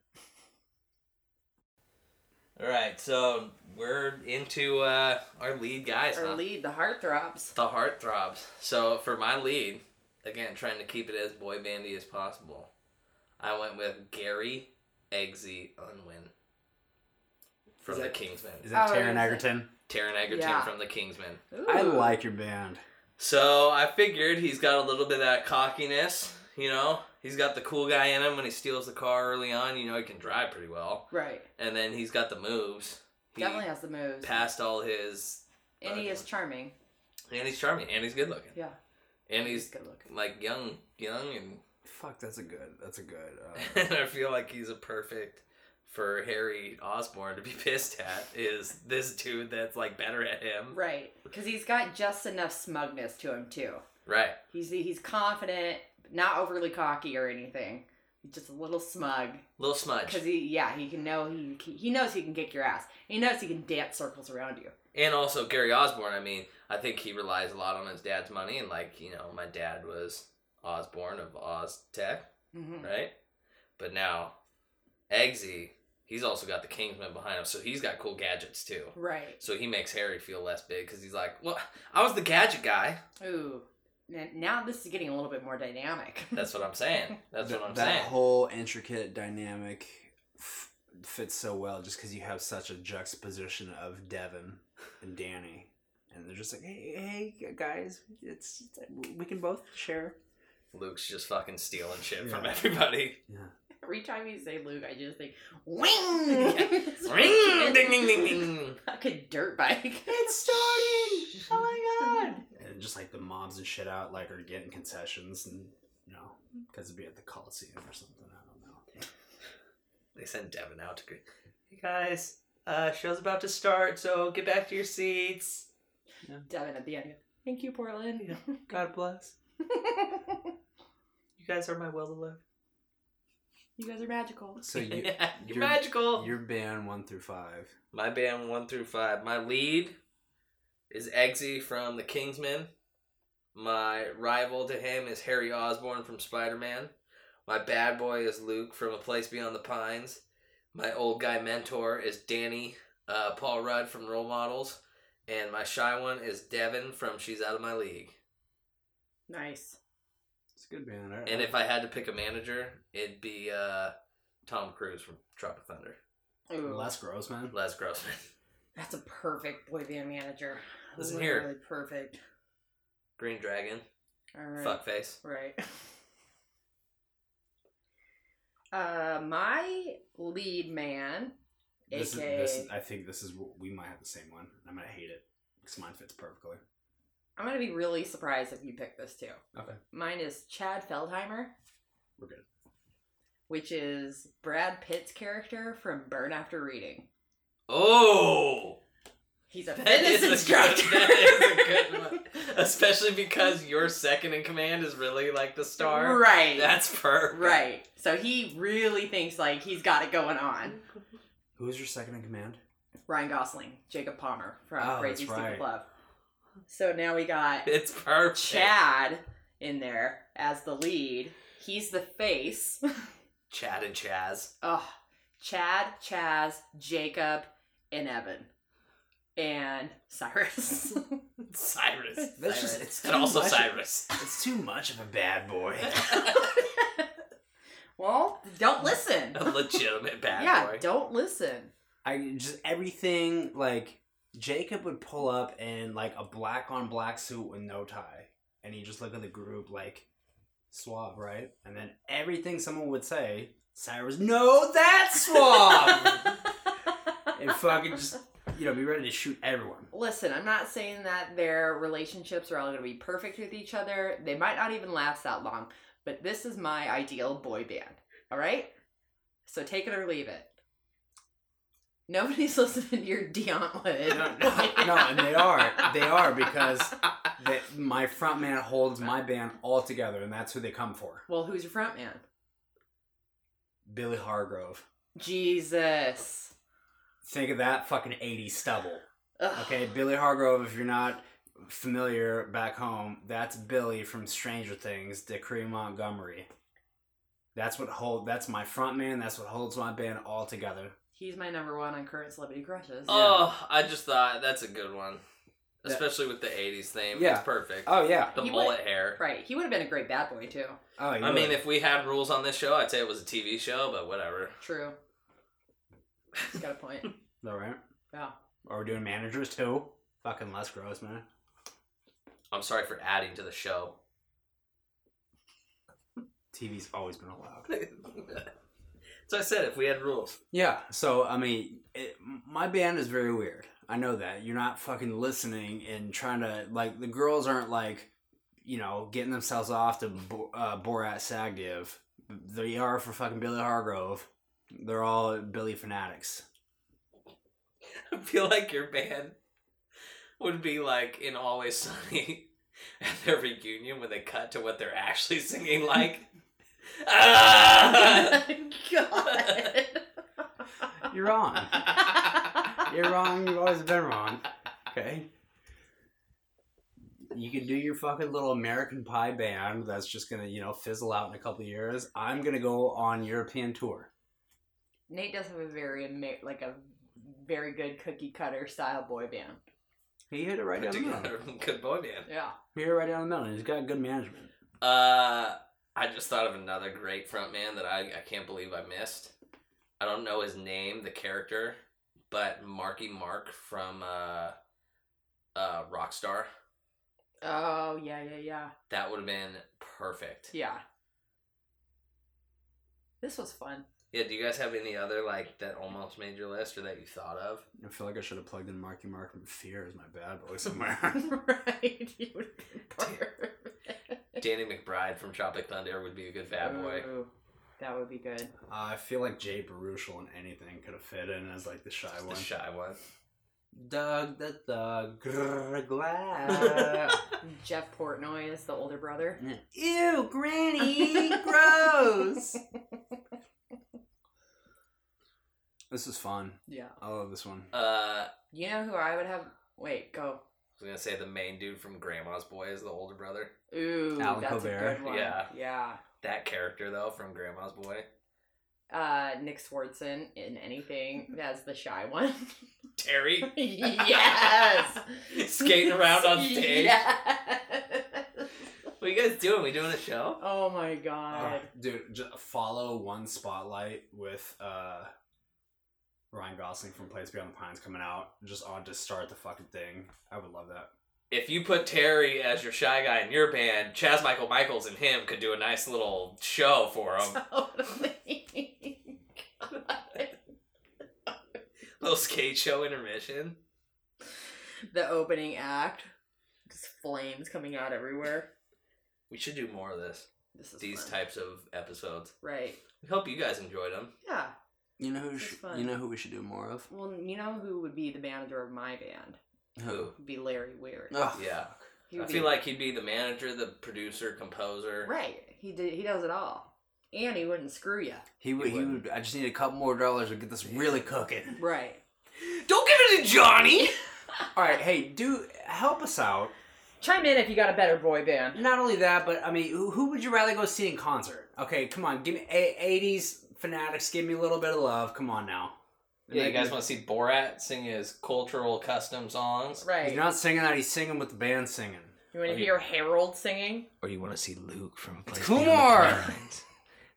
S4: All right, so we're into uh, our lead guys,
S7: Our
S4: huh?
S7: lead, the heartthrobs.
S4: The heartthrobs. So for my lead, again trying to keep it as boy bandy as possible, I went with Gary Eggsy Unwin from
S2: Is
S4: the
S2: that-
S4: Kingsmen.
S2: Is that
S7: Oh,
S2: Taron
S7: is it?
S2: Egerton?
S4: Taron Egerton
S7: Yeah.
S4: from the Kingsmen.
S2: I
S7: Ooh.
S2: like your band.
S4: So I figured he's got a little bit of that cockiness, you know. He's got the cool guy in him when he steals the car early on. You know he can drive pretty well,
S5: Right.
S4: and then he's got the moves. He
S5: Definitely has the moves.
S4: passed all his,
S5: and he is charming.
S4: and he's charming, and he's good looking,
S5: Yeah.
S4: and
S5: He's
S4: he's
S5: good looking.
S4: like young, young, and
S2: Fuck, that's a good. That's a good.
S7: [laughs]
S2: Uh,
S4: and I feel like he's a perfect for Harry Osborne to be [laughs] pissed at is this dude that's like better at him.
S5: Right. Because he's got just enough smugness to him, too.
S4: Right.
S5: He's he's confident, not overly cocky or anything. He's just a little smug
S4: Little smudge.
S5: because he, yeah, he can know he he knows he can kick your ass. He knows he can dance circles around you.
S4: And also Gary Osborne, I mean, I think he relies a lot on his dad's money and like, you know, my dad was Osborne of Oz Tech,
S5: Mm-hmm.
S4: right? But now Eggsy, he's also got the Kingsman behind him, so he's got cool gadgets too.
S5: Right.
S4: So he makes Harry feel less big because he's like, well, I was the gadget guy.
S5: Ooh. N- Now this is getting a little bit more dynamic.
S4: [laughs] That's what I'm saying. That's what I'm
S2: that
S4: saying.
S2: whole intricate dynamic f- fits so well just because you have such a juxtaposition of Devin and Danny, and they're just like, hey, hey guys, it's we can both share.
S4: Luke's just fucking stealing shit from
S2: Yeah.
S4: everybody.
S2: [laughs]
S5: Every time you say Luke, I
S4: [laughs]
S5: just think wing. [laughs]
S4: Ring, ding, ding, ding, ding.
S5: Like a
S4: [laughs]
S5: dirt bike.
S2: It's starting.
S5: Oh my god.
S2: And just like the mobs and shit out, like are getting concessions and you know, because it'd be at the Coliseum or something. I don't know.
S4: They send Devin out to go, Hey guys, uh, show's about to start, so get back to your seats.
S5: Devin at the end. Thank you, Portland.
S4: God bless. You guys are my will to live.
S5: [laughs] you guys are magical.
S2: So you,
S4: [laughs] you're,
S2: you're-
S4: magical.
S2: your band one through five.
S4: my band one through five. My lead is Eggsy from The Kingsmen. My rival to him is Harry Osborn from Spider Man. My bad boy is Luke from A Place Beyond the Pines. My old guy mentor is Danny uh, Paul Rudd from Role Models. And my shy one is Devin from She's Out of My League.
S5: Nice.
S2: It's a good band. I-
S4: And if I had to pick a manager, it'd be uh, Tom Cruise from Tropic Thunder.
S5: Ooh.
S2: Les Grossman.
S4: Les Grossman. [laughs]
S5: That's a perfect boy band manager.
S4: Listen here.
S5: Literally perfect.
S4: Green Dragon.
S5: All right.
S4: Fuckface.
S5: Right. Uh, my lead man,
S2: This is,
S5: aka
S2: this is, I think this is we might have the same one. I'm gonna hate it because mine fits perfectly.
S5: I'm gonna be really surprised if you pick this too.
S2: Okay.
S5: Mine is Chad Feldheimer.
S2: We're good.
S5: Which is Brad Pitt's character from Burn After Reading.
S4: Oh!
S5: He's a
S4: That
S5: fitness
S4: is a
S5: instructor.
S4: Good, that is a good one. Especially because your second in command is really like the star.
S5: [laughs] Right.
S4: That's perfect.
S5: right. So he really thinks like he's got it going on.
S2: Who's your second in command?
S5: Ryan Gosling, Jacob Palmer from
S2: Oh,
S5: Crazy
S2: that's
S5: Stupid
S2: right.
S5: Love. So now we got
S4: It's perfect.
S5: Chad in there as the lead. He's the face. [laughs]
S4: Chad and Chaz.
S5: Ugh. Chad, Chaz, Jacob, and Evan. And Cyrus. [laughs]
S4: Cyrus.
S2: That's
S4: Cyrus.
S2: just-
S4: [laughs]
S2: it's
S4: and
S2: too
S4: also
S2: much.
S4: Cyrus.
S2: It's too much of a bad boy.
S5: well, don't listen.
S4: a legitimate bad
S5: yeah,
S4: boy.
S5: don't listen.
S2: I just everything like Jacob would pull up in like a black on black suit with no tie, and he just look at the group like suave, right? And then everything someone would say, Cyrus, no,
S5: [laughs]
S2: that's suave, and fucking just you know be ready to shoot everyone.
S5: Listen, I'm not saying that their relationships are all going to be perfect with each other. They might not even last that long, but this is my ideal boy band. All right? So take it or leave it. Nobody's [laughs] listening to your Deont Wood.
S2: No, [laughs] no, no,
S5: [laughs]
S2: and they are. They are because they, my front man holds my band all together, and that's who they come for.
S5: Well, who's your front man?
S2: Billy Hargrove.
S5: Jesus.
S2: Think of that fucking 80s stubble.
S5: Ugh.
S2: Okay, Billy Hargrove, if you're not familiar back home, that's Billy from Stranger Things, Decree Montgomery. That's what hold that's my front man, that's what holds my band all together.
S5: He's my number one on current celebrity crushes.
S4: Oh, I just thought that's a good one,
S2: That-
S4: especially with the '80s theme.
S2: Yeah.
S4: it's perfect.
S2: Oh yeah.
S4: the
S5: You
S4: mullet
S5: would-
S4: hair.
S5: Uh, Right. He would have been a great bad boy too.
S2: Oh you
S4: I mean,
S2: would.
S4: if we had rules on this show, I'd say it was a TV show, but whatever.
S5: True. [laughs] He's got a
S2: [laughs]
S5: point.
S2: all right.
S5: [laughs] Yeah.
S2: Are we doing managers too? Fucking less gross, man.
S4: I'm sorry for adding to the show.
S2: TV's always been allowed.
S4: So I said, if we had rules,
S2: Yeah, so I mean, it, my band is very weird. I know that you're not fucking listening and trying to like the girls aren't like, you know, getting themselves off to Bo- uh, Borat Sagdiv. They are for fucking Billy Hargrove. They're all Billy fanatics.
S4: I [laughs] feel like your band would be like in Always Sunny [laughs] at their reunion when they cut to what they're actually singing like. Ah!
S5: God.
S2: You're wrong. you're wrong. You've always been wrong. Okay. You can do your fucking little American Pie band that's just gonna, you know, fizzle out in a couple of years. I'm gonna go on European tour.
S5: [laughs] Nate does have a very ama- like a very good cookie cutter style boy band.
S2: He hit it right
S4: Put
S2: down the middle.
S4: together [laughs] a good boy band.
S5: Yeah.
S2: He hit it right down the middle. He's got good management.
S4: Uh, I just thought of another great front man that I, I can't believe I missed. I don't know his name, the character, but Marky Mark from uh, uh, Rockstar.
S5: Oh yeah yeah yeah
S4: That would have been perfect.
S5: yeah. This was fun.
S4: Yeah, do you guys have any other like that almost made your list or that you thought of?
S2: I feel like I should have plugged in Marky Mark from Fear as my bad boy somewhere.
S5: [laughs]
S2: [laughs]
S5: right. You would have
S4: Danny McBride from Tropic Thunder would be a good bad boy.
S5: Uh, That would be good.
S2: I feel like Jay Baruchel and anything could have fit in as like the shy
S4: The
S2: one.
S4: shy one.
S2: Doug the Thug grrr, [laughs] glad.
S5: Jeff Portnoy is the older brother.
S2: Ew, Granny, gross. This is fun.
S5: [laughs] Yeah.
S2: I love this one.
S4: Uh, I
S5: You know who I would have? Wait, go.
S4: was gonna say the main dude from Grandma's Boy is the older brother.
S5: Ooh,
S2: Alan
S5: that's a
S2: Colbert.
S5: good one.
S4: Yeah.
S5: Yeah.
S4: That character though from Grandma's Boy.
S5: Uh, Nick Swartzen
S4: [laughs]
S5: in anything as the shy one.
S4: Terry
S5: [laughs] yes.
S4: skating around on stage.
S5: Yes. [laughs]
S4: What are you guys doing? We doing a show?
S5: Oh my
S2: Uh,
S5: god.
S2: dude, just follow one spotlight with uh, Ryan Gosling from Place Beyond the Pines coming out just on to start the fucking thing. I would love that.
S4: If you put Terry as your shy guy in your band, Chaz Michael Michaels and him could do a nice little show for
S5: [laughs]
S4: him.
S5: Totally.
S4: little skate show intermission.
S5: the opening act. Just flames coming out everywhere.
S4: We should do more of this.
S5: This is
S4: These
S5: fun.
S4: types of episodes.
S5: Right.
S4: We hope you guys enjoyed them.
S5: Yeah.
S2: [laughs] You know who
S5: That's sh- fun. you know
S2: who we should do more of?
S5: Well, you know who would be the manager of my band?
S4: Who?
S5: Would be Larry Weird.
S4: Yeah.
S5: He would
S4: I
S5: be-
S4: feel like he'd be the manager, the producer, composer.
S5: right. He did. He does it all, and he wouldn't screw you.
S2: He would.
S4: he would-
S2: I just need a couple more dollars to get this really cooking.
S5: Right.
S4: Don't give it to Johnny.
S2: All right, hey, do help us out.
S5: Chime in if you got a better boy band.
S2: Not only that, but I mean, who, who would you rather go see in concert? Okay, come on, give me eighties fanatics. Give me a little bit of love. Come on now.
S4: Yeah, you
S2: Make
S4: guys
S2: me-
S4: want to see Borat sing his cultural custom songs?
S5: Right.
S2: He's not singing that. He's singing with the band singing.
S5: you want
S4: Oh,
S5: to
S4: yeah.
S5: hear Harold singing?
S4: Or you want to see Luke from Place
S2: Beyond the Kumar!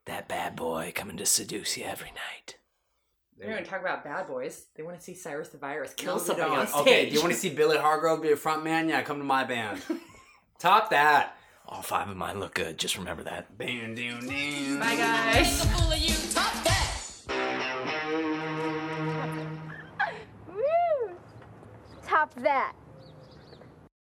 S4: That bad boy coming to seduce you every night.
S5: They don't even talk about bad boys. They want to see Cyrus the Virus kill
S2: Don't
S5: somebody
S2: be
S5: on
S2: dumb.
S5: stage.
S2: Okay, do you want to see Billy Hargrove be a front man? Yeah, come to
S4: [laughs]
S2: my band. Top that.
S4: All five of mine look good. Just remember that.
S2: Bam, doom, doom.
S5: Bye guys.
S1: Make a fool of you. Top that.
S3: Woo! Top that.